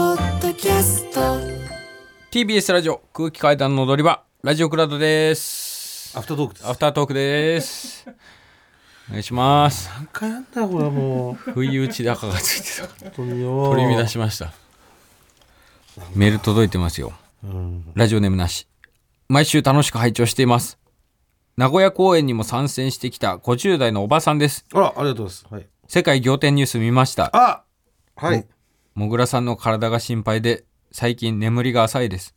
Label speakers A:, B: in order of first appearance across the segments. A: キャスト
B: TBS ラジオ空気階段の踊り場ラジオクラウドです
C: アフタートークです
B: アフタートークですお願いします
C: 何回やんだよこれはもう本
B: 不意打ち高がついてた
C: 当によ
B: 取り乱しましたメール届いてますよ
C: うん
B: ラジオネームなし毎週楽しく拝聴しています名古屋公演にも参戦してきた50代のおばさんです
C: あらありがとうございますはい
B: 世界仰天ニュース見ました
C: あはい
B: もぐらさんの体が心配で最近眠りが浅いです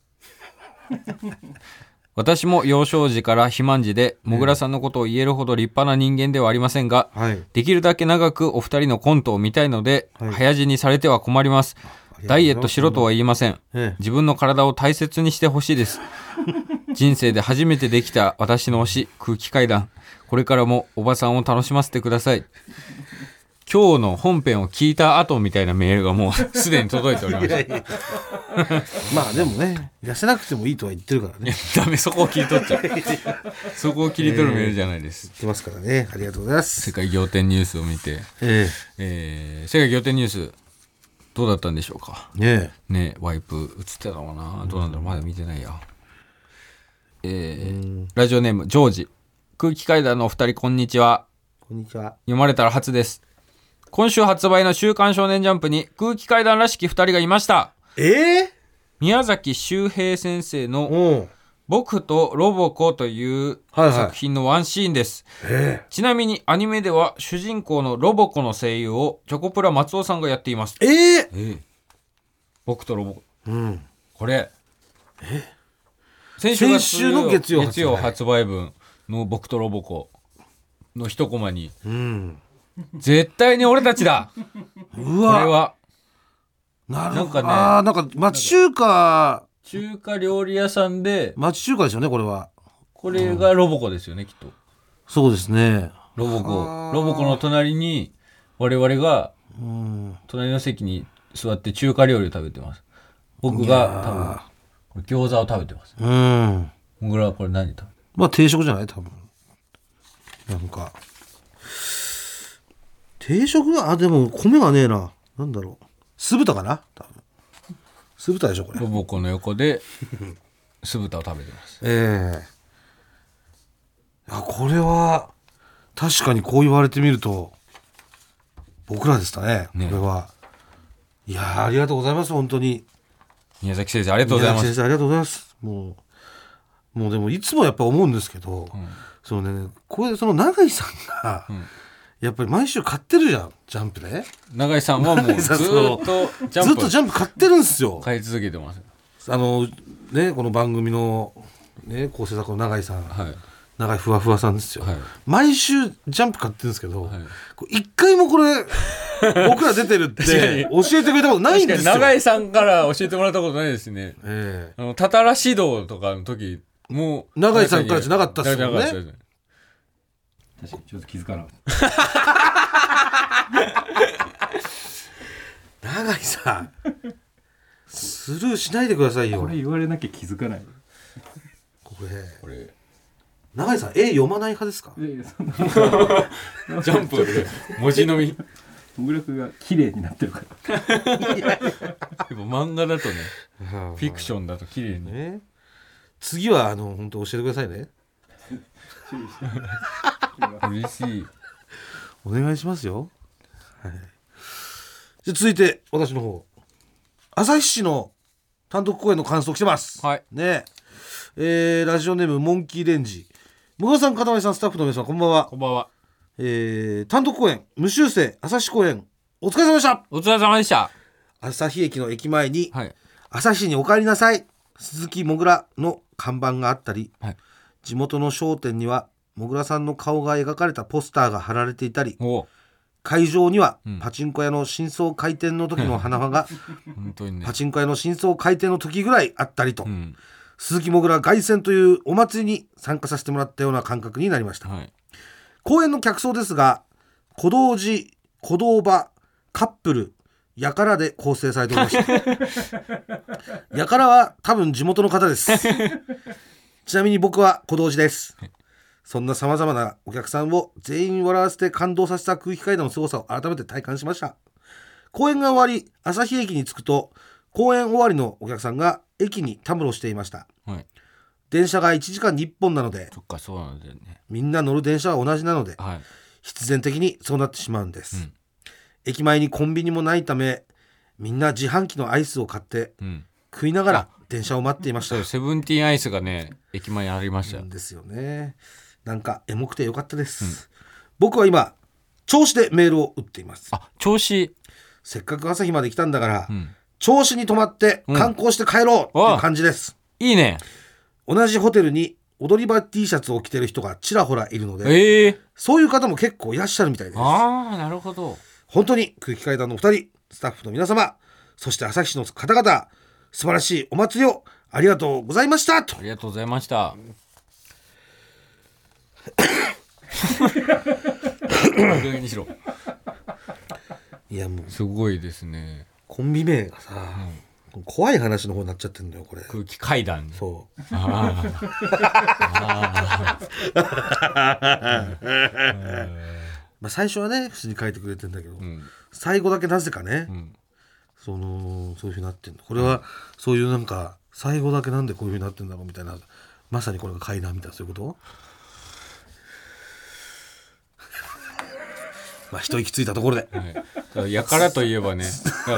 B: 私も幼少時から肥満児でもぐらさんのことを言えるほど立派な人間ではありませんが、
C: はい
B: できるだけ長くお二人のコントを見たいので、
C: はい
B: 早死にされては困ります
C: りがとうございます
B: ダイエットしろとは言いません
C: ええ
B: 自分の体を大切にしてほしいです人生で初めてできた私の推し空気階段これからもおばさんを楽しませてください今日の本編を聞いた後みたいなメールがもうすでに届いておりま
C: いや
B: し
C: いやまあでもね痩せなくてもいいとは言ってるからね言った
B: ダメそこを切り取っちゃうそこを切り取るメールじゃないです、
C: てますからねありがとうございま
B: 世
C: す
B: 界仰天ニュースを見て、
C: え
B: えー世界仰天ニュースどうだったんでしょうか
C: えね
B: ねワイプ映ってたのかなどうなんだろうまだ見てないやえー、ラジオネームジョージ空気階段のお二人こんにちは
C: えこんにちは
B: 読まれたら初です今週発売の「週刊少年ジャンプ」に空気階段らしき二人がいました
C: ええ
B: 宮崎周平先生の
C: うん
B: 「僕とロボコ」という
C: はいはい
B: 作品のワンシーンです、
C: え
B: ちなみにアニメでは主人公のロボコの声優をチョコプラ松尾さんがやっています
C: えええ
B: 僕とロボコ
C: うん
B: これ先
C: 先週の月曜発売
B: 月曜発売分の「僕とロボコ」の一コマに
C: うん
B: 「絶対に俺たちだ!」
C: う
B: これ
C: わ
B: は
C: なる
B: なんかね
C: ああなんか町中華
B: 中華料理屋さんで
C: 町中華でしょうねこれは
B: これがロボコですよねきっと
C: そうですね
B: ロボコ
C: あー
B: ロボコの隣に我々が
C: うん
B: 隣の席に座って中華料理を食べてます僕が多分これ餃子を食べてます
C: うん
B: 僕らはこれ何食べて
C: まあ定食じゃない多分。なんか。定食は、あ、でも米がねえな。なんだろう。酢豚かな多分。酢豚でしょ、これ
B: ロ。ボコの横で 酢豚を食べてます
C: ええあ、これは、確かにこう言われてみると、僕らでしたね、
B: ね
C: これは。いやーありがとうございます、本当に。
B: 宮崎先生ありがとうございます
C: 宮崎先生ありがとうございます。もう、もうでもいつもやっぱ思うんですけど、
B: ん
C: そのね、これその永井さんが、
B: ん
C: やっぱり毎週買ってるじゃん、ジャンプね。
B: 永井さんはもう
C: 永井
B: ず
C: さん
B: ーっとジャ
C: ずっ
B: ン
C: と
B: プ
C: ジャンプ買ってるんですよ。
B: 買い続けてます。
C: あの、ね、この番組の、ね、構成作家の永井さん、
B: はい。
C: 永井ふわふわさんですよ。
B: はい
C: 毎週ジャンプ買ってるんですけど、
B: はい
C: これ一回も これ、僕ら出てるって教えてくれたことないん
B: 確か
C: です
B: に
C: よ。
B: 永井さんから教えてもらったことないですね。
C: え
B: あ
C: え
B: の、たたら指導とかの時、もう。
C: 永井さんからじゃなかったっすもん
B: な
C: ね
B: かったですね。
D: 確かにちょっと気づかなかっ
C: 永井さん、スルーしないでください
D: た
C: よ。
D: これ言われなきゃ気づかない
C: これ
B: これ、
C: 永井さん絵読まない派ですか
D: いやいやそんな
B: ジャンプで文字のみ。やっ
D: グラフが綺麗になってるから
B: ぱ漫画だとね、フィク
C: シ
B: ションだと綺麗に。
C: ね次はあの本当教えてくださいね
D: 注意して
B: 嬉しい。
C: お願いしますよはいじゃあ続いて私の方朝日市の単独公演の感想来てます
B: はい
C: ねえーラジオネームモンキーレンジ向川さん片りさんスタッフの皆さんこんばんは
B: こんばんは。
C: えー単独公演無修正朝日公演お疲れ様でした
B: お疲れ様でした。
C: 朝日駅の駅前に
B: はい。
C: 朝日にお帰りなさい鈴木もぐらの看板があったり、
B: はい
C: 地元の商店にはもぐらさんの顔が描かれたポスターが貼られていたり
B: おう
C: 会場には
B: うん
C: パチンコ屋の新装開店の時の花輪が
B: 本当に ね
C: パ。チンコ屋の新装開店の時ぐらいあったりと、
B: うん。
C: 鈴木もぐら凱旋というお祭りに参加させてもらったような感覚になりました
B: はい。
C: 公演の客層ですが小道寺小道場カップルやからで構成されてお りましたやからは多分地元の方です ちなみに僕は小道寺ですそんなさまざまなお客さんを全員笑わせて感動させた空気階段の凄さを改めて体感しました公演が終わり朝日駅に着くと公演終わりのお客さんが駅にたむろしていました
B: はい。
C: 電車が1時間に1本なので
B: そっか、そうなんだよね。
C: みんな乗る電車は同じなので
B: はい。
C: 必然的にそうなってしまうんです、
B: うん
C: 駅前にコンビニもないためみんな自販機のアイスを買って
B: うん。
C: 食いながら電車を待っていました
B: そう、セブンティーンアイスがね、駅前にありましたよ
C: ん。ですよねなんかエモくてよかったです、僕は今調子でメールを打っています
B: あ、調子。
C: せっかく朝日まで来たんだから、
B: うん。
C: 調子に泊まって観光して帰ろうっていう感じです、
B: いいね。
C: 同じホテルに踊り場 T シャツを着てる人がちらほらいるので
B: ええ
C: そういう方も結構いらっしゃるみたいです
B: ああ、なるほど。
C: 本当に空気階段のお二人スタッフの皆様そして朝日市の方々素晴らしいお祭りをありがとうございましたと
B: ありがとうございま した。にしろ。
C: いやもう
B: すごいですね。
C: コンビ名がさ、怖い話の方になっちゃってるんだよこれ
B: 空気階段。
C: そう
B: あ
C: まあ最初はね普通に書いてくれてんだけど、
B: ーうん。
C: 最後だけなぜかね、
B: うん。
C: そのそういうふうになってんのこれはそういうなんか最後だけなんでこういうふうになってんだろうみたいなまさにこれが階段みたいなそういうこと まあ一息ついたところで、
B: はいだから。やからといえばね、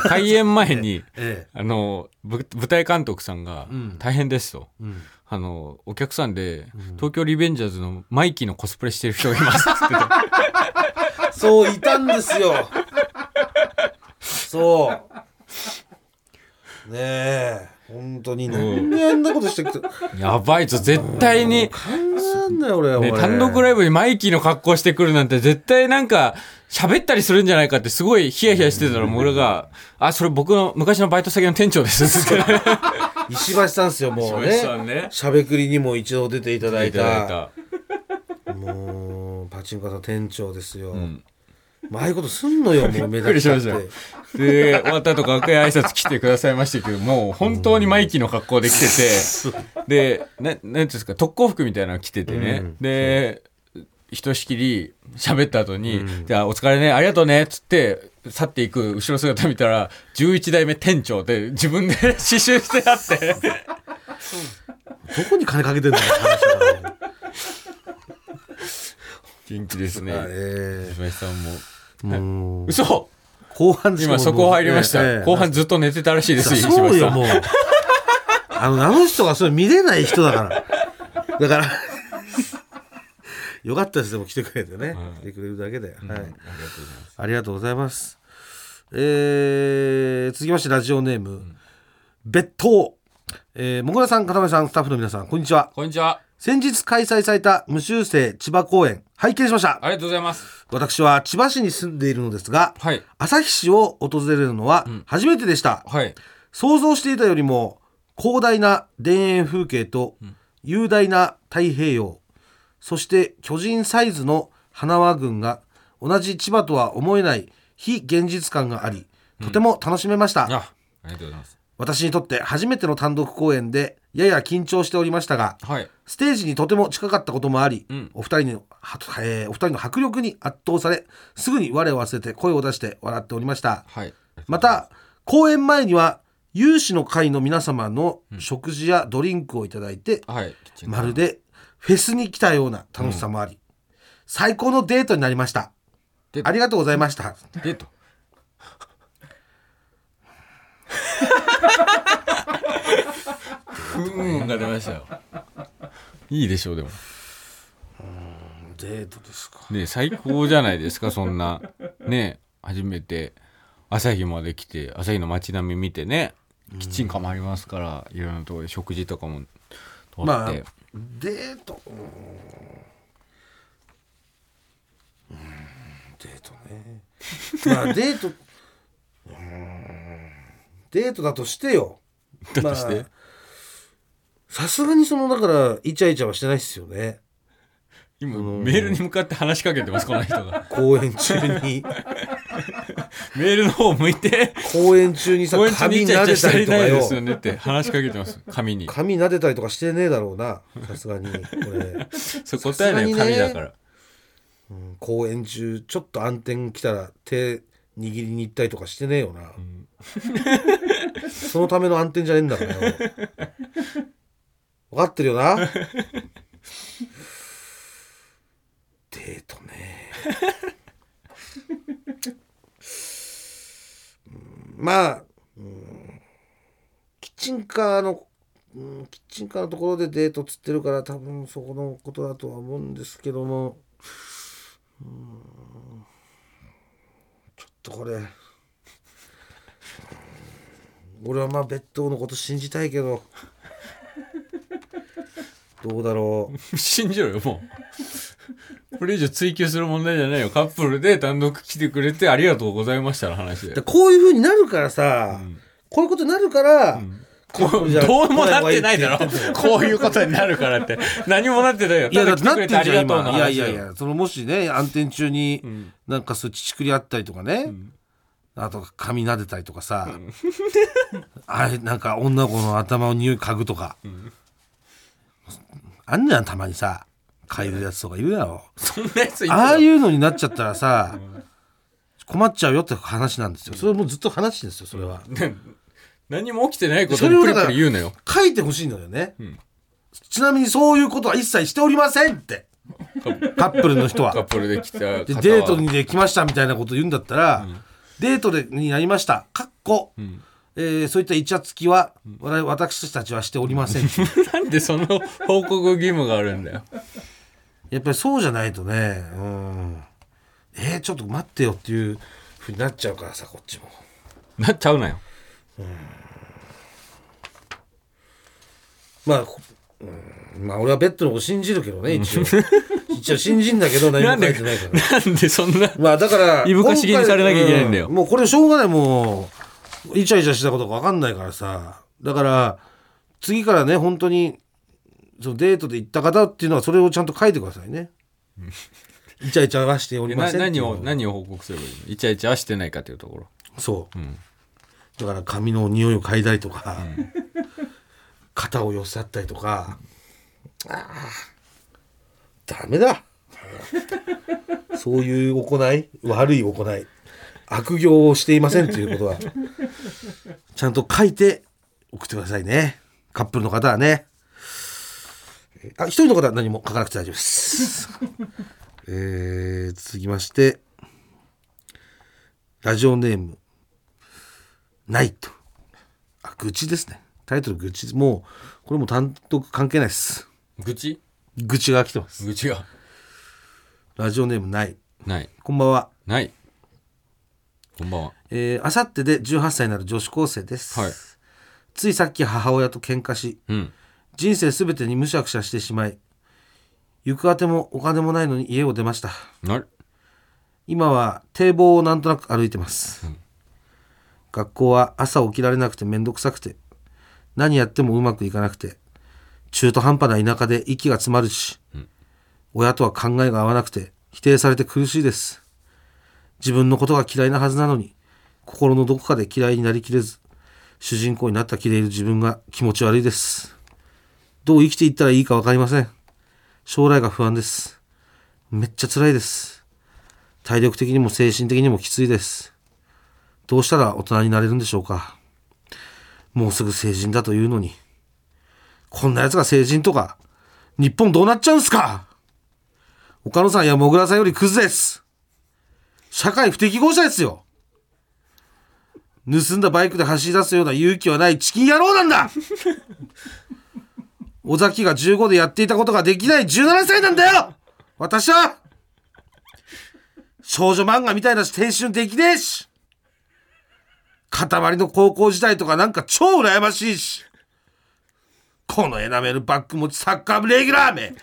B: 開演前に、
C: ええ
B: あの、ぶ舞台監督さんが
C: ん、
B: 大変ですと。
C: うん
B: あの、お客さんで、東京リベンジャーズのマイキーのコスプレしてる人がいます っつってた
C: そういたんですよそうねえ本当になんであんなことしてくて考
B: やばいぞ、絶対に。
C: えんだよ俺は、
B: ね、
C: 俺
B: 単独ライブにマイキーの格好してくるなんて絶対なんか喋ったりするんじゃないかってすごいヒヤヒヤしてたら俺が「あそれ僕の昔のバイト先の店長です」って 言って
C: 石橋さんですよもうね
B: 石橋さんね
C: しゃべくりにも一度出ていただい
B: いただい
C: た
B: た
C: もうパチンコ屋さん店長ですよ、
B: ん
C: まあああいうことすんのよもう目
B: びっく
C: 立
B: り
C: っ
B: し
C: ちゃ
B: ま
C: っ
B: してたよで終わった後楽屋挨拶来てくださいましたけどもう本当にマイキーの格好で来て てでななんていうんですか特攻服みたいなの着ててね、
C: うん
B: でひとしきり喋った後に「じゃあお疲れねありがとうね」っつって去っていく後ろ姿見たら11代目店長で自分で 刺繍してあって
C: どこに金かけてんだよ話が
B: 元気 ですね
C: あえ
B: 石橋さんも
C: えもう
B: 嘘
C: 後半ですよ
B: 今そこ入りました、
C: ええええ
B: 後半ずっと寝てたらしいです石橋
C: そうよ
B: さん
C: もう あのあの人がそれ見れない人だからだからよかったですでも来てくれてね、来てくれるだけで、はいありがとうございますえー続きましてラジオネーム、別当えー、もぐらさん、かためさん、スタッフの皆さん、こんにちは。
B: こんにちは
C: 先日開催された無修正千葉公演、拝見しました。
B: ありがとうございます
C: 私は千葉市に住んでいるのですが、
B: はい
C: 旭市を訪れるのは初めてでした。
B: はい
C: 想像していたよりも広大な田園風景と雄大な太平洋そして巨人サイズの花輪群が同じ千葉とは思えない非現実感がありとても楽しめました、
B: あありがとうございます
C: 私にとって初めての単独公演でやや緊張しておりましたが
B: はい
C: ステージにとても近かったこともあり、
B: うん
C: お二人の、はえーお二人の迫力に圧倒されすぐに我を忘れて声を出して笑っておりました
B: はい
C: また公演前には有志の会の皆様の食事やドリンクをいただいて、
B: はい
C: まるでフェスに来たような楽しさもあり、最高のデートになりました
B: デート
C: ありがとうございました
B: デートふーんが出ましたよいいでしょうでも
C: デートですか
B: ね最高じゃないですかそんなね初めて朝日まで来て朝日の街並み見てねキッチンカーもありますからいろんなところで食事とかも取
C: ま
B: っ
C: あ
B: て、
C: デートうーんうーんデートね まあデートうーんデートだとしてよ
B: だとして、
C: まあさすがにそのだからイチャイチャはしてないっすよね
B: 今メールに向かって話しかけてますこの人が
C: 公演中に
B: メールの方向いて
C: 公演中にさ
B: 公園中に
C: 髪
B: イチャ
C: 撫
B: イチャ
C: で
B: した
C: たり
B: り
C: と
B: な
C: か
B: いで
C: よ
B: すよねって話しかけてます紙に
C: 髪撫でたりとかしてねえだろうなさすがにこれ、
B: そう答えない
C: さすがに
B: 紙
C: ね
B: だから、
C: うん公演中ちょっと暗転来たら手握りに行ったりとかしてねえよな、
B: うん
C: そのための暗転じゃねえんだからよ。分かってるよな。デートね。うんまあ、うんキッチンカーの、うんキッチンカーのところでデートつってるから多分そこのことだとは思うんですけども、うんちょっとこれ。俺はまあ別当のこと信じたいけ どどうだろう
B: 信じろよもうこれ以上追求する問題じゃないよカップルで単独来てくれてありがとうございましたの話で
C: でこういうふうになるからさ、
B: ん
C: こういうことになるから、
B: こうどうもなってないだろこういうことになるからって何もなってないよ
C: いやだってな
B: た
C: って
B: 来
C: ん
B: て
C: じゃん
B: くれてありがとうの
C: 今
B: 話
C: いやい
B: だ
C: や
B: よ
C: いやそのもしね暗転中に、
B: ん
C: なんかそういう乳繰りあったりとかね、あと髪撫でたりとかさ、 あれなんか女の子の頭を匂い嗅ぐとか、あんじゃんたまにさ嗅いでるやつとかいるだろ
B: そんなやついる
C: ああいうのになっちゃったらさ、困っちゃうよって話なんですよ。それもうずっと話してるんですよ、それは。
B: 何も起きてないことをプリプリ言うのよ
C: 書いてほしいのよね。ちなみにそういうことは一切しておりませんって。カップルの人
B: カッ
C: は。
B: プルで来た方は
C: で、デートにできましたみたいなこと言うんだったら、デートでになりました。かっこ。えーそういったイチャつきは、我々私たちはしておりません。
B: なんでその報告義務があるんだよ
C: やっぱりそうじゃないとね、うん。えーちょっと待ってよっていうふうになっちゃうからさ、こっちも。
B: なっちゃうな よ
C: まあ、こうん、まあ俺はベッドのこと信じるけどね、 一応。一応信じんだけど何も書いてないから。
B: なんでそんな
C: まあだから、
B: いぶかしげにされなきゃいけないんだよ
C: うもうこれしょうがない、もう、イチャイチャしたことがわかんないからさ。だから、次からね、本当に、そのデートで行った方っていうのはそれをちゃんと書いてくださ いね。イチャイチャはしておりま
B: な
C: せんって
B: 何
C: いうの
B: を何を報告すればいいのイチャイチャはしてないかというところ
C: そう、
B: ん
C: だから髪の匂いを嗅いだりとか、肩を寄せ合ったりとか、ああダメだそういう行い悪い行い悪行をしていませんということはちゃんと書いて送ってくださいねカップルの方はねあ一人の方は何も書かなくて大丈夫ですえー、続きましてラジオネームないと。あ、愚痴ですね。タイトル愚痴。もう、これもう単独関係ないです。
B: 愚痴
C: 愚痴が来てます。
B: 愚痴が
C: ラジオネームない。
B: ない
C: こんばんは。
B: ないこんばんは
C: えー、あさってで18歳になる女子高生です。
B: はい
C: ついさっき母親と喧嘩し、
B: うん
C: 人生すべてにむしゃくしゃしてしまい、行くあてもお金もないのに家を出ました。
B: なる
C: 今は堤防をなんとなく歩いてます、学校は朝起きられなくてめんどくさくて何やってもうまくいかなくて中途半端な田舎で息が詰まるし、親とは考えが合わなくて否定されて苦しいです自分のことが嫌いなはずなのに心のどこかで嫌いになりきれず主人公になった気でいる自分が気持ち悪いですどう生きていったらいいか分かりません将来が不安ですめっちゃ辛いです体力的にも精神的にもきついです。どうしたら大人になれるんでしょうか。もうすぐ成人だというのに。こんな奴が成人とか、日本どうなっちゃうんすか岡野さんやもぐらさんよりクズです。社会不適合者ですよ。盗んだバイクで走り出すような勇気はないチキン野郎なんだ尾崎が15でやっていたことができない17歳なんだよ私は少女漫画みたいなし青春できねえし塊の高校時代とかなんか超羨ましいしこのエナメルバッグ持ちサッカー部レギュラーめ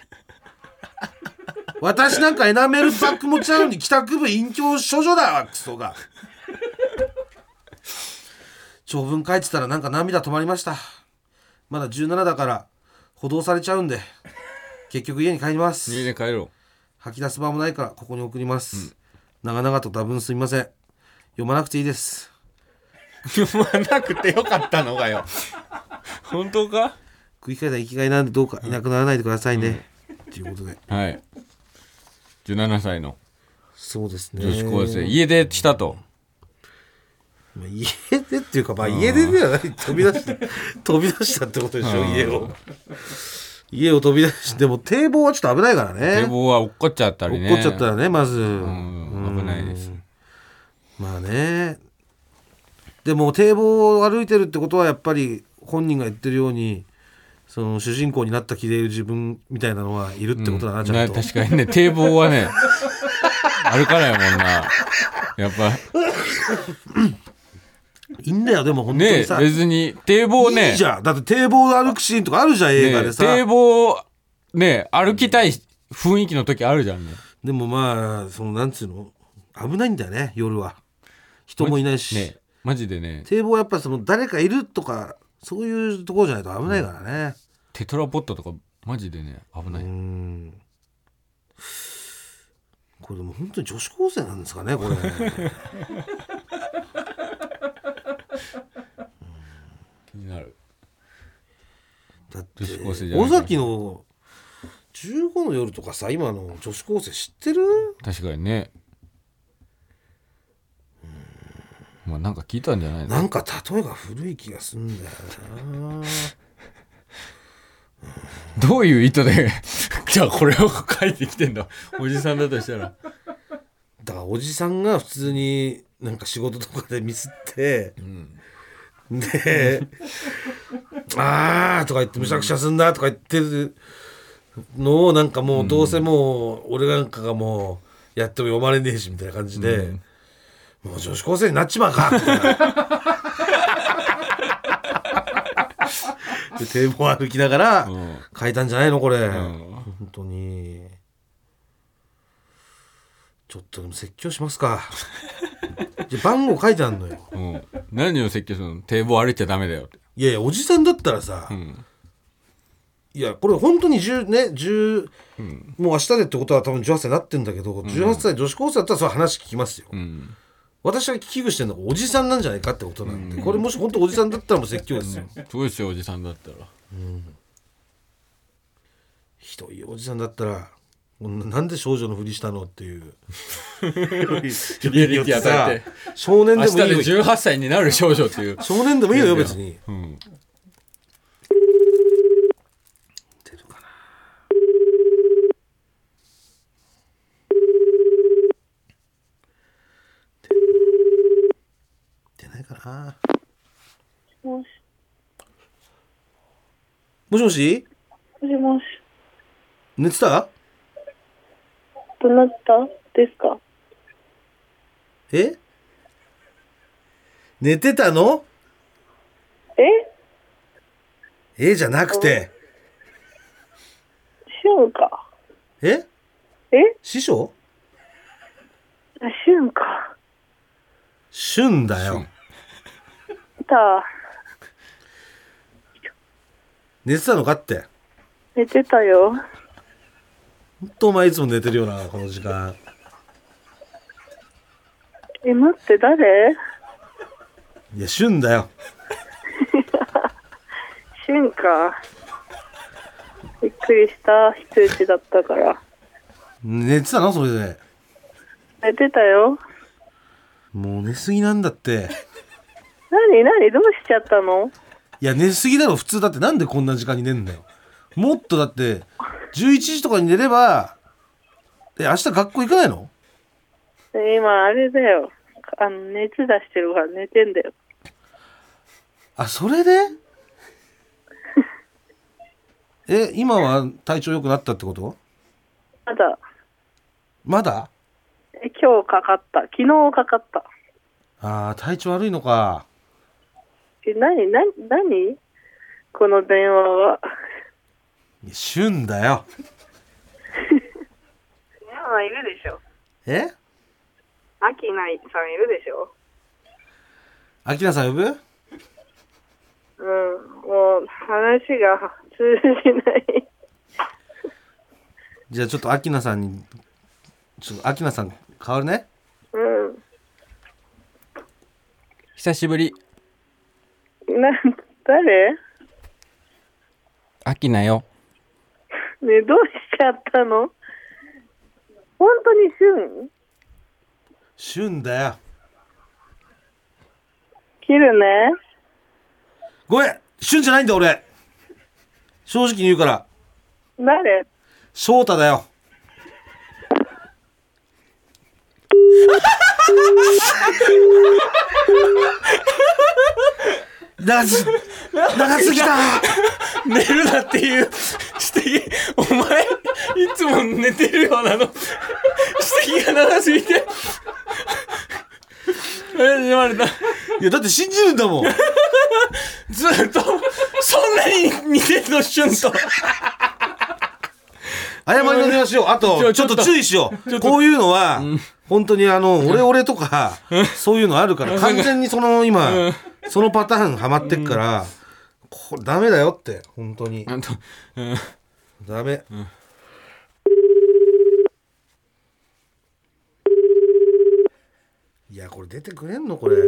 C: 私なんかエナメルバッグ持ちなのに帰宅部隠居処女だわクソが長文書いてたらなんか涙止まりましたまだ17だから補導されちゃうんで結局家に帰ります
B: 家に帰ろ
C: 吐き出す場もないからここに送ります、長々と多分すみません読まなくていいです
B: う読まなくてよかったのか よ本当か
C: 食い換えた生きがいなんでどうかいなくならないでくださいね、ということで
B: はい17歳の
C: そうですね
B: 女子高生家出したと
C: まあ家出っていうか、まあ、家出ではない飛び出した 飛び出したってことでしょ
B: うん
C: 家を家を飛び出してでも堤防はちょっと危ないからね
B: 堤防は落っこっちゃったり
C: 落
B: ね。
C: っこっちゃったらねまず、
B: うん危ないです
C: うんまあねでも堤防を歩いてるってことはやっぱり本人が言ってるようにその主人公になった気でいる自分みたいなのはいるってことだな、ちゃんと
B: ね確かにね、堤防はね、 歩かないもんな。やっぱ、
C: いいんだよでも本当に
B: ね
C: さ、
B: 別に、堤防ね、
C: いいじゃんだって堤防を歩くシーンとかあるじゃん映画で
B: ね
C: さ、
B: 堤防、ね歩きたい雰囲気の時あるじゃんね。
C: でもまあそのなんつうの危ないんだよね夜は人もいないし、
B: ねマジでね、
C: 堤防はやっぱその誰かいるとかそういうところじゃないと危ないからね、
B: テトラポットとか、マジでね、危ない。
C: うんこれでも本当に女子高生なんですか ねこれ
B: 気になる。
C: だって
B: 女子高生じゃない
C: 尾崎の15の夜とかさ今の女子高生知ってる
B: 確かにね。まあ、なんか聞いたんじゃないの
C: なんか例えが古い気がするんだよな
B: どういう意図で、 じゃあこれを書いてきてんだ。おじさんだとしたら。
C: だからおじさんが普通になんか仕事とかでミスって
B: うん。
C: で「ああ」とか言って「むしゃくしゃすんな」とか言ってるのをなんかもうどうせもう俺なんかがもうやっても読まれねえしみたいな感じで、
B: うん
C: もう女子高生になっちま うかみたいな。で堤防歩きながら
B: うん
C: 書いたんじゃないのこれ、
B: ん
C: 本当にちょっとでも説教しま すかいや番号書いてあんのよ
B: うん、何を説教するの堤防歩いちゃダメだよって。
C: いやいやおじさんだったらさ、
B: ん
C: いやこれ本当に10ね10、もう明日でってことは多分18歳になってんだけど18歳女子高生だったらそれは話聞きますよ、
B: うん。
C: 私が危惧してるのはおじさんなんじゃないかってことなんで、これもし本当おじさんだったらもう説教ですよ、
B: すごいっすよ、おじさんだったら。
C: ひどいおじさんだったらこんななんで少女のふりしたのっていう
B: リアリティ与えて
C: さ少年
B: 明
C: で
B: 日
C: もい
B: で
C: いよ
B: 18歳になる少女っていう。
C: 少年でもいいよ別に
B: うん。
C: 出ないかな
A: もし
C: もしもし
A: もしもし、
C: 寝てた
A: どなたですか
C: え寝てたの
A: え
C: えじゃなくて
A: しゅんか。
C: え
A: え
C: 師匠
A: あ、しゅんか。
C: 旬だよ
B: 俊
A: た、
C: 寝てたのかって
A: 寝てたよ。
C: ほんとお前いつも寝てるよなこの時間
A: え、待って、誰
C: いや旬だよ
A: しゅんか。びっくりした。非通知だったから。
C: 寝てたのそれで
A: 寝てたよ。
C: もう寝すぎなんだって
A: なになにどうしちゃったの
C: いや寝すぎだろ普通だってなんでこんな時間に寝んだよもっとだって11時とかに寝ればえ明日学校行かないの
A: え今、あれだよ。あの、熱出してるから寝てんだよ。
C: あそれでえ今は体調良くなったってこと
A: まだ、
C: まだ
A: え、今日かかった。昨日かかった。
C: あー体調悪いのか
A: え、なにな、なにこの電話は。
C: いや旬だよ
A: まあ、いるでしょ。
C: え
A: アキナさんいるでしょ
C: アキラさん呼ぶ
A: うん、もう話が通じない。
C: じゃあちょっとアキナさんにちょっとアキナさん変わるね
A: う
B: 久しぶり、
A: ん。な、誰ね
B: 秋なよ。
A: えどうしちゃったの本当に旬
C: 旬だよ
A: 切るね。
C: ごめん旬じゃないんだ俺正直に言うから
A: 誰
C: 翔太だよ長す長すぎた
E: 寝るなっていう指摘お前いつも寝てるようなの指摘が長すぎてえ言われた
C: いやだって信じるんだもん
E: ずっとそんなに似てるのしゅんと
C: 誤りの電話しようあ
E: ち
C: と
E: ょ
C: ちょっ
E: ちょっ
C: と
E: と
C: 注意しようこういうのは本当にあの俺俺とかそういうのあるから完全にその今そのパターンハマってっからこれダメだよって本当に
E: あとうん
C: ダメいやこれ出てくれんのこれこ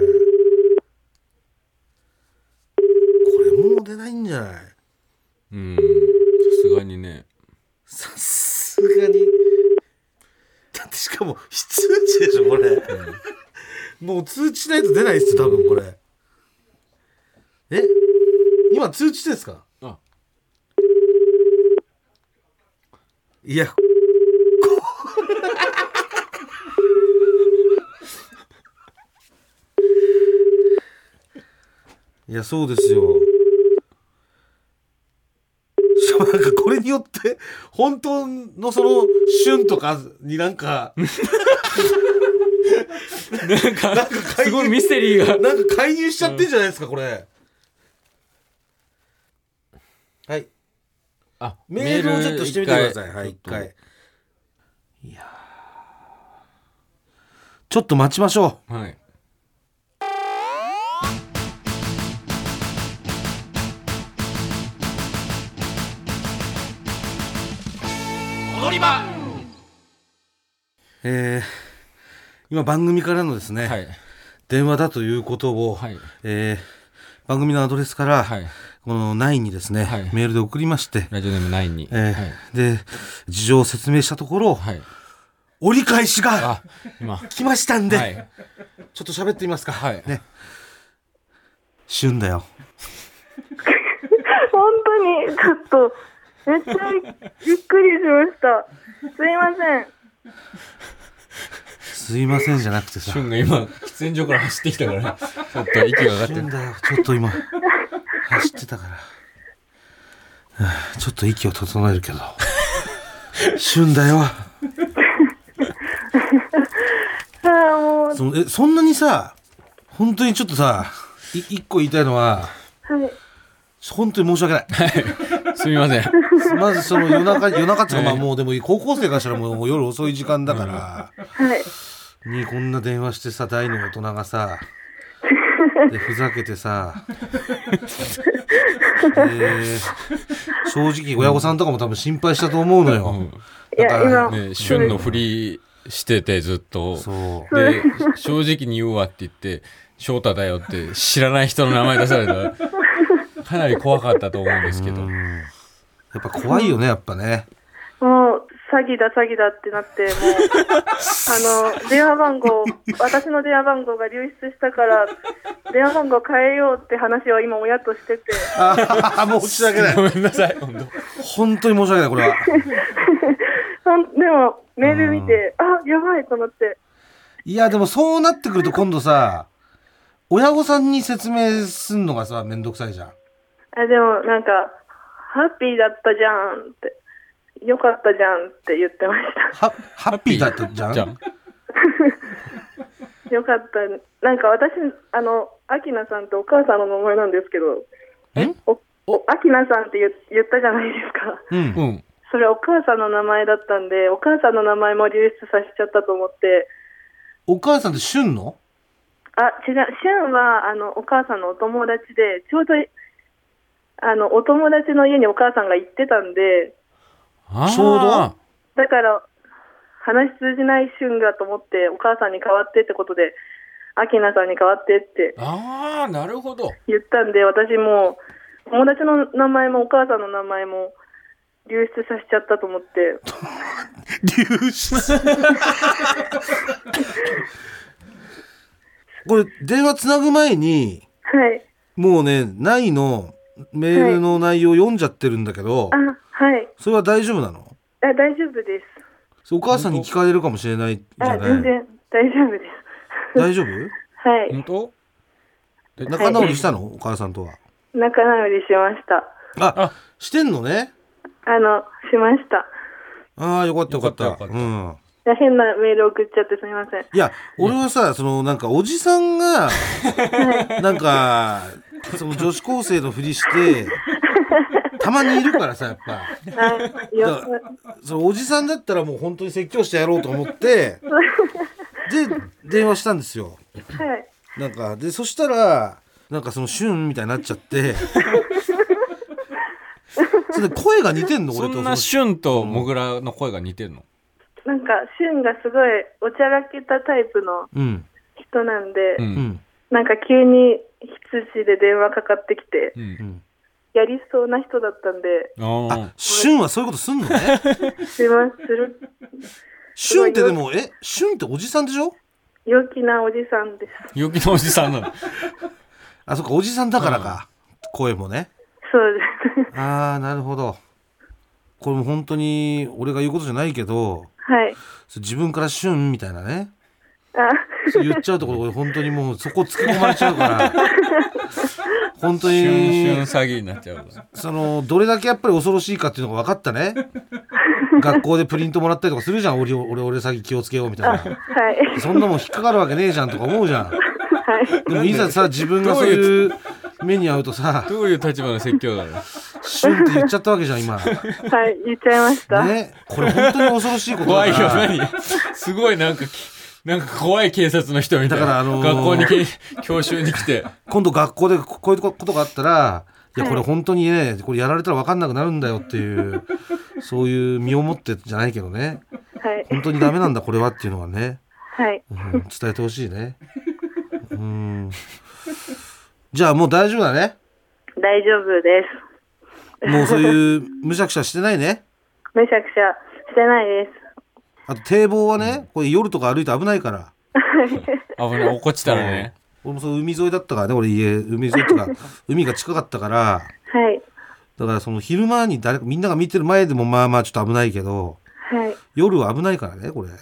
C: れもう出ないんじゃない
B: うんさすがにね
C: さすがにだってしかも非通知でしょこれ、もう通知しないと出ないっすよ多分これえ今通知ですか
B: あ
C: いやこいやそうですよしかもなんかこれによって本当のその旬とかになんか
E: なんかすごいミステリーが
C: なんか介入しちゃってんじゃないですかこれはい
B: あ
C: メールをちょっとしてみてください。
B: 一
C: は
B: 回
C: い、一回。いやーちょっと待ちましょ
B: はい
C: う。えー、今番組からのですね、
B: はい
C: 電話だということを、
B: はい
C: えー番組のアドレスから、
B: はい
C: この9にですね、
B: はい
C: メールで送りまして、
B: ラジオネーム9に、
C: えーで、事情を説明したところ、
B: はいはい
C: 折り返しが
B: あ今は
C: 来ましたんで、
B: い
C: ちょっと喋ってみますか。
B: はい
C: ね。旬だよ。
A: 本当に、ちょっと、めっちゃびっくりしました。すいません。
C: すいませんじゃなくてさ。
B: 君が今喫煙所から走ってきたからちょっと息が上がって
C: なん
B: る
C: だよ、ちょっと今、走ってたから。はあ ちょっと息を整えるけど。旬だよ。
A: ああ、もう、はい。
C: そのえそんなにさ、本当にちょっとさ、い一個言いたいのは、本当に申し訳ない。
B: すみません
C: まずその夜中、夜中っていうか、まあ
B: ええ
C: もうでも高校生からしたらもう夜遅い時間だから、
A: はい。
C: にこんな電話してさ、大の大人がさ、でふざけてさ、で正直親御さんとかも多分心配したと思うのよ。
A: いや、
C: だから
A: 今、
B: ね旬のふりしててずっと
C: そう。
B: で正直に言うわって言って翔太だよって知らない人の名前出されたらかなり怖かったと思うんですけど
C: うんやっぱ怖いよね、やっぱね。
A: もう、詐欺だ、詐欺だってなって、もう、あの、電話番号、私の電話番号が流出したから、電話番号変えようって話を今、親としてて、
C: あ あ、申し訳な い。
B: ごめんなさい本当
C: 本当に申し訳ない、これは。
A: ほんでも、メール見て、あ、やばいと思って、
C: いや、でもそうなってくると今度さ、親御さんに説明すんのがさ、めんどくさいじゃん。
A: あでも、なんか、ハッピーだったじゃんって、よかったじゃんって言ってまし
C: は、ハッピーだったじゃん
B: じゃん
A: た。よかった。なんか私、あの、アキナさんってお母さんの名前なんですけど、
C: え
A: お、お、アキナさんって言言ったじゃないですか。
C: うん。
B: うん
A: それお母さんの名前だったんで、お母さんの名前も流出させちゃったと思って、
C: お母さんって旬の
A: あ、違う、シュンは、あの、お母さんのお友達で、ちょうど、あの、お友達の家にお母さんが行ってたんで、
B: あー
C: ちょうど
A: だから、話し通じないシュンがと思って、お母さんに代わってってことで、アキナさんに代わってって
B: ああなるほど
A: 言ったんで、私もう、友達の名前もお母さんの名前も流出させちゃったと思って、
C: 流出。 これ、電話つなぐ前に、
A: はい。
C: もうね、ないのメールの内容読んじゃってるんだけど、
A: あ、はい。
C: それは大丈夫なの
A: あ大丈夫です。
C: それお母さんに聞かれるかもしれないじ
A: あ、
C: ゃ
A: 全
C: ない
A: 然大丈夫です。
C: 大丈夫
A: はい。
B: 本当
C: 仲直りしたのお母さんとは。
A: 仲直りしました。
C: あ、してんのね
A: あの、しました。
C: ああ、よかったよかった。
B: よかったよかった
C: うん。
A: いや変なメール送っちゃってすみません。
C: いや、俺はさ、その、なんか、おじさんが、なんか、その女子高生のふりして、たまにいるからさ、やっぱ。
A: はい。よ
C: だかそのおじさんだったらもう本当に説教してやろうと思って、で、電話したんですよ。
A: はい。
C: なんか、で、そしたら、なんかその、シュンみたいになっちゃって、それで声が似てんの
B: そ
C: 俺と
B: んな
C: そ
B: シュンとモグラの声が似てるの、
A: なんか、シュンがすごいおちゃらけたタイプの
C: のうん。
A: 人なんで、
B: うん
C: うん。
A: なんか急に羊で電話かかってきて、
B: うん
C: うん。
A: やりそうな人だったんで、
B: あー
C: あ、シュンはそういうことすんのね。
A: すいません、する
C: シュンってでも、え、シュンっておじさんでしょ
A: 陽気なおじさんです。
B: 陽気なおじさんなの
C: あ、そっか、おじさんだからか。声もね。
A: そうです。
C: ああ、なるほど。これも本当に俺が言うことじゃないけど、
A: はい。
C: そう自分からシュンみたいなね。
A: あ、
C: そう言っちゃうとこれ本当にもうそこ突き込まれちゃう から。本当
B: シュンシュン
C: に、
B: 詐欺になっちゃうから
C: その、どれだけやっぱり恐ろしいかっていうのが分かったね。学校でプリントもらったりとかするじゃん。俺、俺、俺詐欺気をつけようみたいな。
A: はい。
C: そんなもん引っかかるわけねえじゃんとか思うじゃん。
A: はい。
C: でもいざさ、自分がそういう目に遭うとさ、
B: どういう立場の説教だろう
C: シュンって言っちゃったわけじゃん、今。
A: はい。言っちゃいました。
C: ね、これ本当に恐ろしいことだ
B: 怖
C: か
B: い
C: ら
B: よ何すごいなんかきなんか怖い警察の人みたいな
C: だからあのー
B: 学校にけ教習に来て
C: 今度学校でここういうことがあったらいやこれ本当にねこれやられたら分かんなくなるんだよっていうそういう身をもってじゃないけどね
A: はい。
C: 本当にダメなんだこれはっていうのはね、
A: はい。
C: うん、伝えてほしいねうんじゃあもう大丈夫だね
A: 大丈夫です。
C: もうそういうむしゃくしゃしてないね
A: めちゃくちゃしてないです。
C: あと堤防はねこれ夜とか歩いて危ないから
B: 危ない落っこちたらね
C: 俺もそう海沿いだったからね俺家海沿いっていうか海が近かったから
A: はい。
C: だからその昼間に誰かみんなが見てる前でもまあまあちょっと危ないけど
A: はい。
C: 夜は危ないからねこれ
A: はい。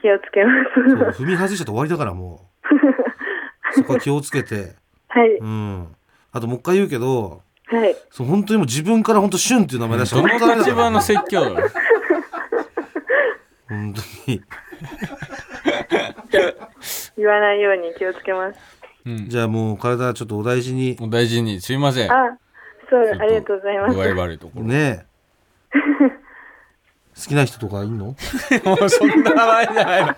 A: 気をつけま
C: そ う
A: す。
C: 踏み外しちゃって終わりだからもうそこは気をつけて
A: はい。
C: うんあともう一回言うけど
A: はい。
C: そう本当にもう自分から本当シュンっていう名前出した
B: ど
C: ら本当ダ
B: の
C: メだ
B: 立
C: から
B: 場の説教だろう
C: 本当に
A: 言わないように気をつけます。
B: うん
C: じゃあもう体ちょっとお大事に
B: お大事にすいません
A: あ、そう、ありがとうございます。
B: 具合悪いところ
C: ねえ好きな人とかいんの
B: もうそんな名前じゃない の。詐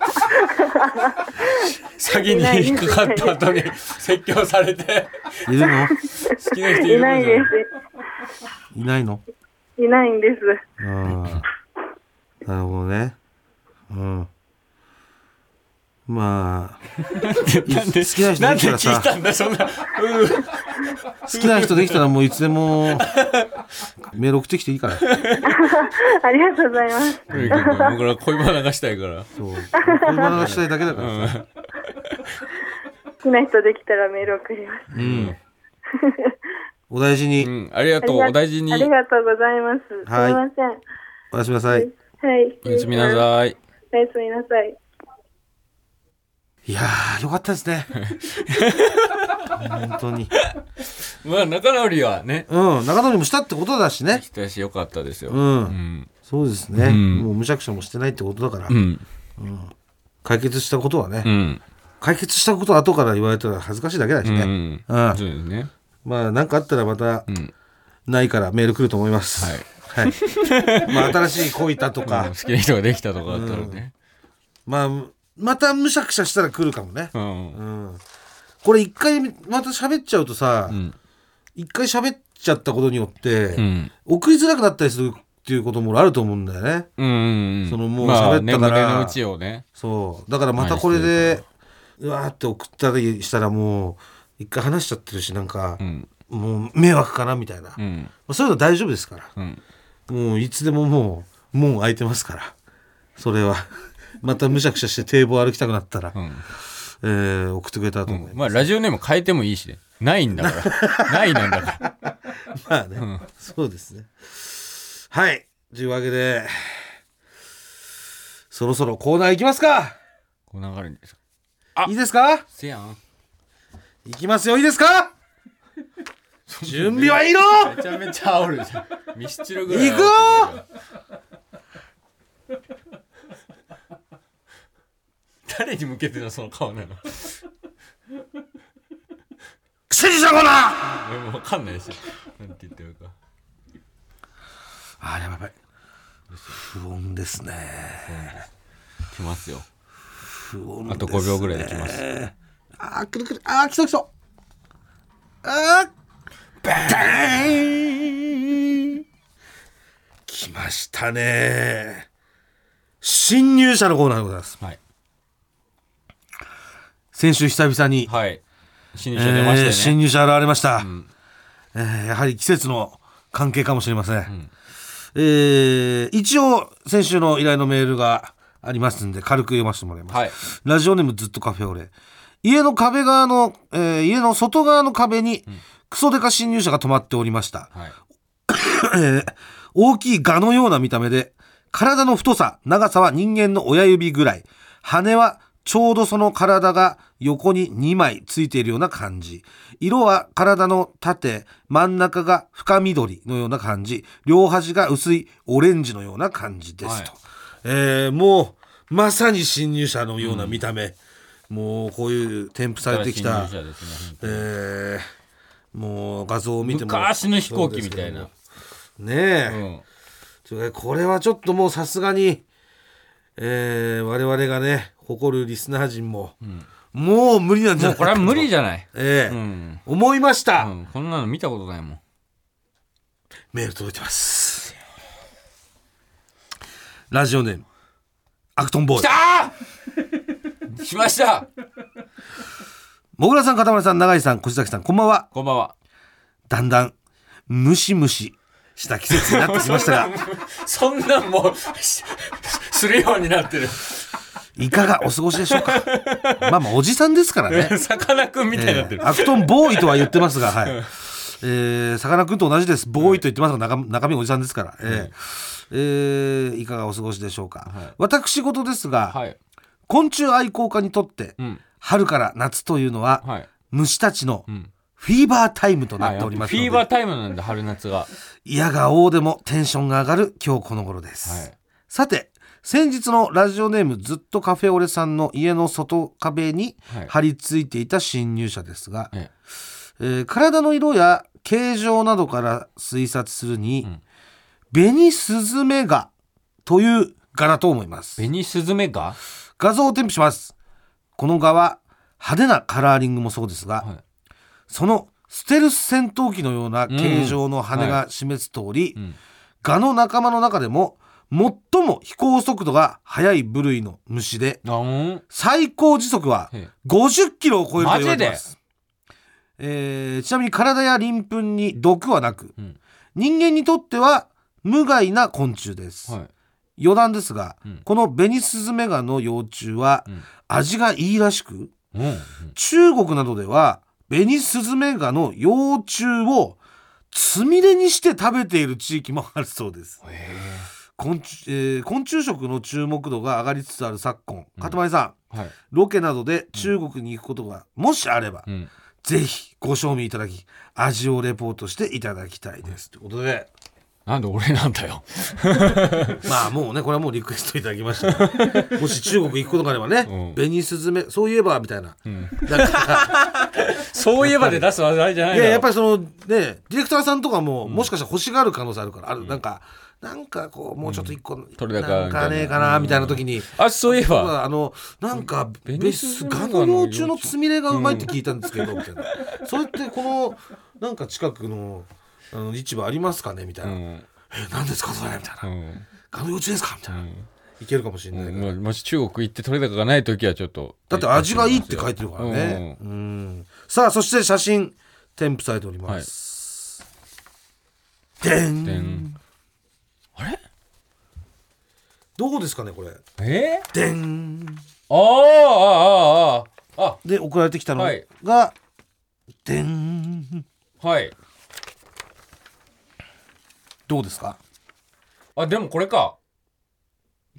B: 欺に引っかかった後に説教されて、
C: いるの
B: 好きな人いる
A: い
B: もんじゃ
A: な
B: ない
A: いで
B: い
C: いないの
A: す。いないんです。
C: うんなるほどねうんまあ
B: なんで
C: 好きな人
B: なん
C: でき
B: で
C: たら
B: 聞い
C: さ
B: たんだ、そんな。
C: 好きな人できたらもういつでもメール送ってきていいから
A: ありがとうございます。
B: とにかく僕ら恋バナがしたいから。
C: そう。恋バナがしたいだけだからさ。
A: 好きな人できたらメール送ります。
B: うん。
C: お大事に、
B: うん。ありがとう。
A: ありが
B: お大事に
A: あ。りがとうございます。すみ
C: はい
A: ません。
C: おやすみなさい。
A: はい。
B: おやすみなさい。
A: い。おやすみなさい。
C: いやー、よかったですね。本当に。
B: まあ、仲直りはね、
C: うん、仲直りもしたってことだしね
B: 来。たし、よかったですよ。
C: う、
B: うんん。
C: そうですね。
B: ん
C: もうむしゃくしゃもしてないってことだから
B: う、ん。
C: 解決したことはね、
B: うん。
C: 解決したことは後から言われたら恥ずかしいだけだし
B: う
C: ね。
B: ん。
C: うん
B: そうですね。
C: まあ、なんかあったらまた、
B: ん
C: ないからメール来ると思います。はい。 まあ、新しい恋だと
B: 好
C: か、
B: きな人ができたとかあったらね。
C: まあ、またむしゃくしゃしたら来るかもね。
B: うん。
C: これ一回また喋っちゃうとさ
B: ん
C: 一、回喋っちゃったことによって、
B: うん。
C: 送りづらくなったりするっていうことも俺あると思うんだよね
B: うんうんうん。
C: そのもう
B: まあ
C: 喋ったか
B: 眠
C: ら
B: れのうちをね。
C: そうだからまたこれでうわーって送ったりしたらもう一回話しちゃってるしなんか
B: う、ん。
C: もう迷惑かなみたいな、
B: う
C: ま
B: ん。
C: あ、そういうの大丈夫ですから
B: うん。
C: もういつでももう門開いてますからそれはまたむしゃくしゃして堤防歩きたくなったら、
B: ん
C: えー送ってくれたらと思います、
B: まあ、ラジオネーム変えてもいいしね。ないんだから。ないなんだから。
C: まあね、そうですね。はい。というわけで、そろそろコーナー行きますか
B: こう流れるんですか。
C: いいですか
B: せやん。
C: 行きますよ、いいですか準備はいいの
B: めちゃめちゃ煽るじゃん。ミスチルぐらい煽
C: 行
B: っ
C: く
B: て
C: よ
B: る。誰に向けてのその顔なの。
C: 指示したコーナー
B: 俺もうわかんないし。なんて言ってるか。
C: あー、やばいやばい。不穏ですね。
B: 来ますよ。
C: 不穏
B: あと5秒ぐらいで来ます。
C: あー、くるくる。あー、来そう来そう。あー、バーン来ましたね。侵入者のコーナーでございます。
B: はい。
C: 先週久々に、
B: はい。新入
C: え
B: 社出ま
C: ー
B: したよ
C: 侵
B: ね。
C: 入者現れました、えーやはり季節の関係かもしれません、えー一応先週の依頼のメールがありますんで軽く読ませてもらいます、
B: はい
C: ラジオネームずっとカフェオレ家の壁側の、えー家の外側の壁にクソデカ侵入者が止まっておりました、
B: はい。
C: えー大きいガのような見た目で、体の太さ、長さは人間の親指ぐらい。羽はちょうどその体が横に2枚ついているような感じ。色は体の縦、真ん中が深緑のような感じ。両端が薄いオレンジのような感じですと。
B: はい
C: えーもう、まさに侵入者のような見た目。もう、こういう添付されてきた、
B: 新入社ですね。
C: えーもう画像を見ても。
B: 昔の飛行機みたいな。。
C: ねえ。
B: うん。
C: というわけでこれはちょっともうさすがに、えー我々がね誇るリスナー陣も、もう無理なんじゃ
B: も
C: な
B: う
C: い
B: これは無理じゃない。
C: ええ
B: うん。
C: 思いました、
B: うん。こんなの見たことないもん。
C: メール届いてますラジオネームアクトンボーイ
B: ああ来ました
C: もぐらさんかたまりさん永井さん越崎さんこんばんは
B: こんばんは。
C: だんだんムシムシした季節になってきました が
B: そんなんもう、しするようになってる。
C: いかがお過ごしでしょうかまあまあおじさんですからね
B: さかなクンみたいになってる。
C: えーアクトンボーイとは言ってますが、はい。えー、さかなクンと同じです。ボーイと言ってますが、中中身おじさんですから。えーえーいかがお過ごしでしょうか。私事ですが、
B: はい。
C: 昆虫愛好家にとって、
B: うん。
C: 春から夏というのは、
B: はい。
C: 虫たちの
B: ん
C: フィーバータイムと
B: あ
C: なっております
B: フ
C: の
B: ィ
C: で、
B: ーバータイムなんだ、春夏が。
C: いやがおうでもテンションが上がる今日この頃です。
B: はい
C: さて先日のラジオネームずっとカフェオレさんの家の外壁に
B: はい
C: 張り付いていた侵入者ですが、
B: え
C: えー体の色や形状などから推察するに、紅スズメガという柄だと思います
B: え。ベニスズメガ
C: 画像を添付しますこの画は派手なカラーリングもそうですが、
B: はい
C: そのステルス戦闘機のような形状の羽
B: うんは
C: が示す通り、
B: ん
C: ガの仲間の中でも最も飛行速度が速い部類の虫で
B: あん。
C: 最高時速は
B: え
C: 50キロを超えると言われています、えーちなみに体や鱗粉に毒はなく、
B: うん
C: 人間にとっては無害な昆虫です、
B: はい。
C: 余談ですが、
B: うん
C: このベニスズメガの幼虫は
B: うん
C: 味がいいらしく、
B: うんうん。
C: 中国などではベニスズメガの幼虫をつみれにして食べている地域もあるそうです昆虫,、えー昆虫食の注目度が上がりつつある昨今かたまりさん、
B: はい。
C: ロケなどで中国に行くことがもしあれば、
B: うん。
C: ぜひご賞味いただき味をレポートしていただきたいです、ということで
B: なんで俺なんだよ。
C: まあもうねこれはもうリクエストいただきましたからもし中国行くことがあればね、
B: うん
C: ベニスズメそういえばみたいな、
B: そういえばで出す話題じゃないいの
C: ややっぱりそのねディレクターさんとかも、もしかしたら欲しがる可能性あるからあるなんかなんかこうもうちょっと一個、
B: 取れ
C: な
B: 高が
C: んかねえかなみたいな時に、
B: あ、そういえば。
C: まああのなんか
B: ベ
C: ベ
B: ニ
C: ス
B: スガ
C: ガの
B: の
C: 幼
B: 幼
C: 虫
B: 虫
C: のつみれがうまいって聞いたんですけど、みたいなそれってこのなんか近くのあの市場ありますかねみたいうな、
B: ん。
C: え何ですかそれみたいうな、
B: ん。
C: ガの幼虫ですかみたいな、いけるかもしれないから、
B: ももし中国行って取れ高がない時はちょっと。
C: だって味がいいって書いてるからね。うんさあ、そして写真、添付されております。でん
B: うん。うん
C: どうですかね、これ。
B: え
C: でん
B: あああああああ
C: で、送られてきたの
B: はい
C: が、でん
B: はい。
C: どうですか
B: あ、でもこれか。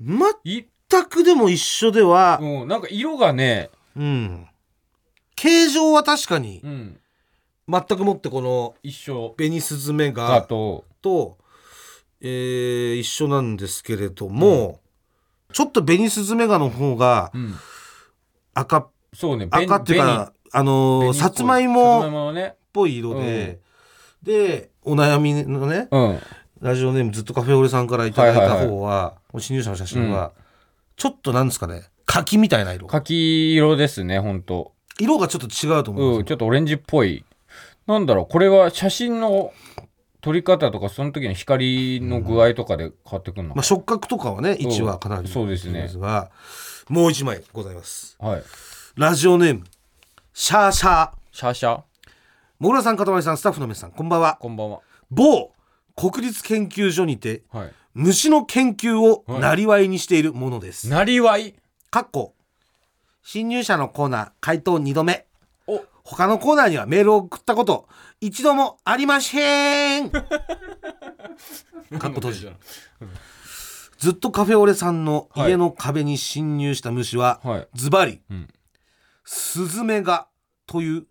C: 全
B: い、
C: くでも一緒では、
B: うん、なんか色がね、
C: うん、形状は確かに
B: うん、
C: 全くもってこの
B: 一緒
C: 紅スズメ
B: だ
C: が
B: と、
C: と、えー一緒なんですけれども、ちょっとベニスズメガの方が
B: うん、
C: 赤っ
B: そうね、紅
C: 赤っていうか、あのー
B: 紅
C: さつ
B: 紅っぽ
C: ま
B: いさ
C: い
B: つ
C: もっ
B: まいものね、
C: ぽい色で、でお悩みのね
B: うん、
C: ラジオネームずっとカフェオレさんからいただい
B: はいはいは
C: た
B: い
C: 方は,、新入社の写真は、ちょっとなんですかね柿みたいな色
B: 柿色ですね、ほんと。
C: 色がちょっと違うと思う
B: うんん、
C: です
B: ちょっとオレンジっぽい。なんだろう、これは写真の撮り方とか、その時の光の具合とかで変わってくるの
C: まあ、
B: か、
C: 触覚とかはね位置はかなり
B: そうですね
C: ですがもう一枚ございます
B: はい。
C: ラジオネームシャーシャー
B: シャーシャー
C: もぐらさんかたまりさんスタッフの皆さんこんばんは
B: こんばんは。
C: 某国立研究所にて
B: はい。
C: 虫の研究をなりわいにしているものです、
B: なりわい。
C: かっこ新入社のコーナー回答2度目
B: お
C: 他のコーナーにはメールを送ったこと一度もありませんかっこ閉じずっとカフェオレさんの家の壁に侵入した虫は、
B: はい。
C: ズバリ
B: うん。
C: スズメガという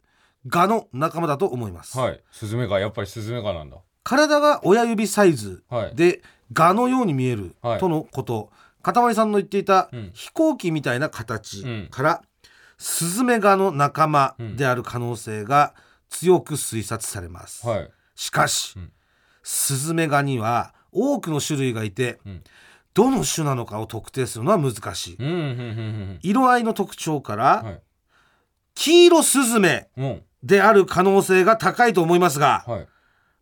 C: ガの仲間だと思います、
B: はい。スズメガ、やっぱりスズメガなんだ。
C: 体が親指サイズ
B: はい。
C: で蛾のように見える
B: はい
C: とのこと、かたまりさんの言っていた
B: うん
C: 飛行機みたいな形
B: うん
C: から、スズメガの仲間である可能性が強く推察されます、
B: はい。
C: しかし、
B: うん
C: スズメガには多くの種類がいて、
B: うん
C: どの種なのかを特定するのは難しい、
B: うん、うん、うん、
C: 色合いの特徴から、
B: うん。はい。
C: 黄色スズメ
B: うん。
C: である可能性が高いと思いますが、
B: はい。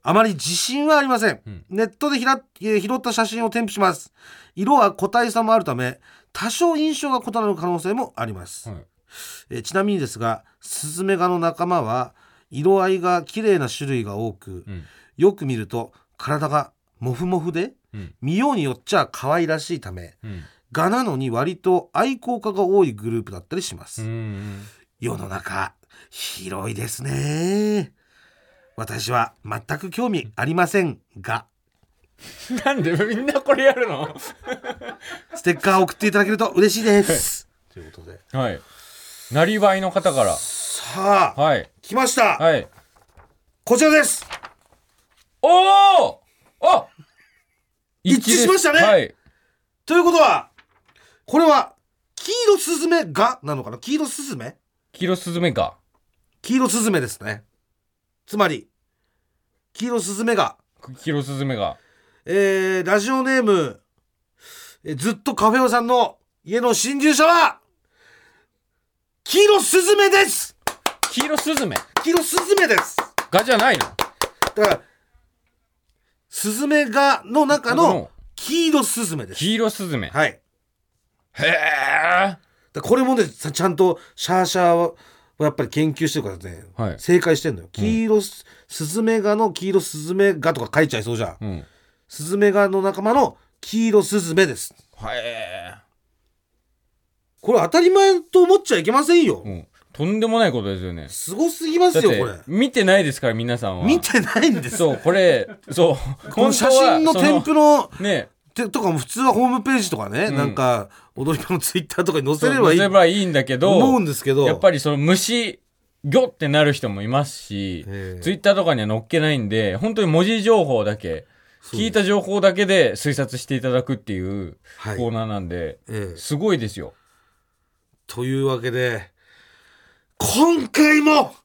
C: あまり自信はありません。
B: うん
C: ネットでひら、えー拾った写真を添付します。色は個体差もあるため、多少印象が異なる可能性もあります。
B: はい。
C: えーちなみにですが、スズメガの仲間は、色合いが綺麗な種類が多く、
B: うん。
C: よく見ると体がモフモフで、
B: うん。
C: 見ようによっちゃ可愛らしいため、
B: うん。
C: ガなのに割と愛好家が多いグループだったりします。
B: うん。
C: 世の中広いですね私は全く興味ありませんが
B: なんでみんなこれやるの。
C: ステッカーを送っていただけると嬉しいですということで
B: はい。なりわいの方から。
C: さあ
B: はい。
C: 来ました、
B: はい。
C: こちらです
B: おお。あ。
C: 一致
B: です
C: しましたね
B: はい。
C: ということはこれは黄色スズメがなのかな黄色スズメ
B: キロスズメガ。
C: 黄色スズメですねつまり黄色スズメが
B: キロスズメガ。
C: えー、ラジオネーム、えーずっとカフェオさんの家の新住者は、キロスズメです
B: キロスズメ。
C: キロスズメです
B: ガじゃないの。
C: だから、スズメがの中の
B: の
C: キロスズメです。
B: キロスズメ。
C: はい。だか
B: へえ。
C: らこれもね、さちゃんとシャーシャーはやっぱり研究してるからね、
B: はい
C: 正解してんのよ。キロス、スズメガのキロスズメガとか書いちゃいそうじゃ
B: う
C: ん。
B: ん。
C: スズメガの仲間のキロスズメです。
B: はい。
C: これ当たり前と思っちゃいけませんよ。
B: うん。とんでもないことですよね。
C: すごすぎます
B: だっ
C: よ、これ
B: て。見てないですから皆さんは。
C: 見てないんです よ。
B: そうこれそう。
C: この写真の
B: 本当はそ
C: 添付の、
B: ね。
C: てとかも普通はホームページとかね、
B: うん
C: なんか、踊り場のツイッターとかに載
B: そ
C: せ
B: う
C: ればいい
B: 載せればいいんだけど。
C: 思うんですけど、
B: やっぱりその虫ギョってなる人もいますし、
C: ええ
B: ツイッターとかには載っけないんで本当に文字情報だけ
C: そう
B: 聞いた情報だけで推察していただくっていうコ
C: はい
B: ーナーなんで、
C: ええ
B: すごいですよ。
C: というわけで、今回も、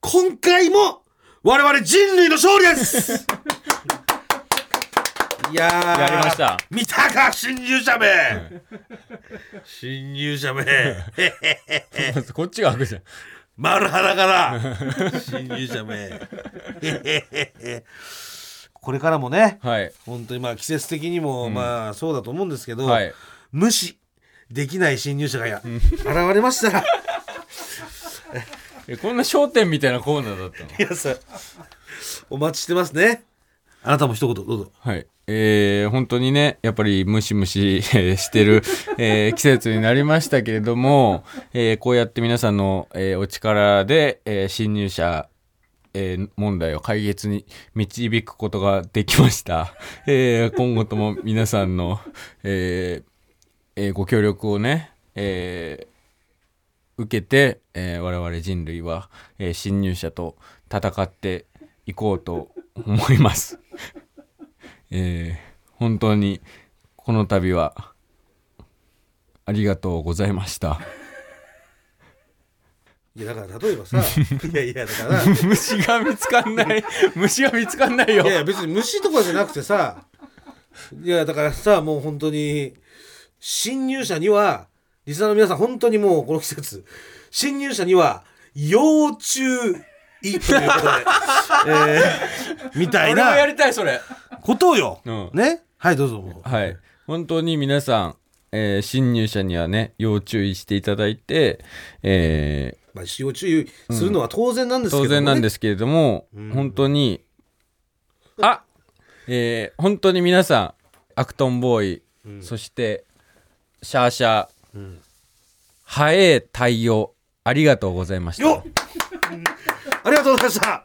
C: 今回も、我々人類の勝利です いやー、
B: やりました。
C: 見たか、侵入者め、侵入者め
B: こっちが悪じゃん。
C: 丸裸だ侵入者めこれからもね
B: はい。
C: 本当にまあ季節的にもまあそうだと思うんですけど、
B: はい。
C: 無視できない侵入者がや現れましたら
B: えこんな焦点みたいなコーナーだったの
C: 皆さんお待ちしてますねあなたも一言どうぞ
B: はい。えー、本当にね、やっぱりムシムシえーしてる、えー季節になりましたけれども、えーこうやって皆さんの、えーお力で、えー新入社、えー問題を解決に導くことができました。えー今後とも皆さんの、えーえーご協力をね、えー受けて、えー我々人類は、えー新入社と戦っていこうと思います。えー本当にこの度はありがとうございました。
C: いやだから例えばさ いやいやだから
E: 虫が見つかん ない虫が見つかんないよ
C: いやいや別に虫とかじゃなくてさいやだからさもう本当に新入社にはリスナーの皆さん本当にもうこの季節新入社には要注意ということで、えーみたい
E: 俺もや
C: な
E: りたいそれ
C: ことをよ、
B: うん
C: ねはいどうぞ
B: はい。本当に皆さん、えー新入社にはね、要注意していただいて、えー
C: まあ、要注意するのは当然なんですけど、
B: 当
C: ね
B: 然なんですけれども、
C: うん
B: 本当に、あえー本当に皆さん、アクトンボーイ、
C: うん
B: そして、シャーシャー、
C: うん
B: 早え対応、ありがとうございました。
C: よっありがとうございました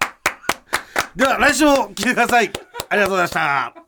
C: では来週も来てくださいありがとうございました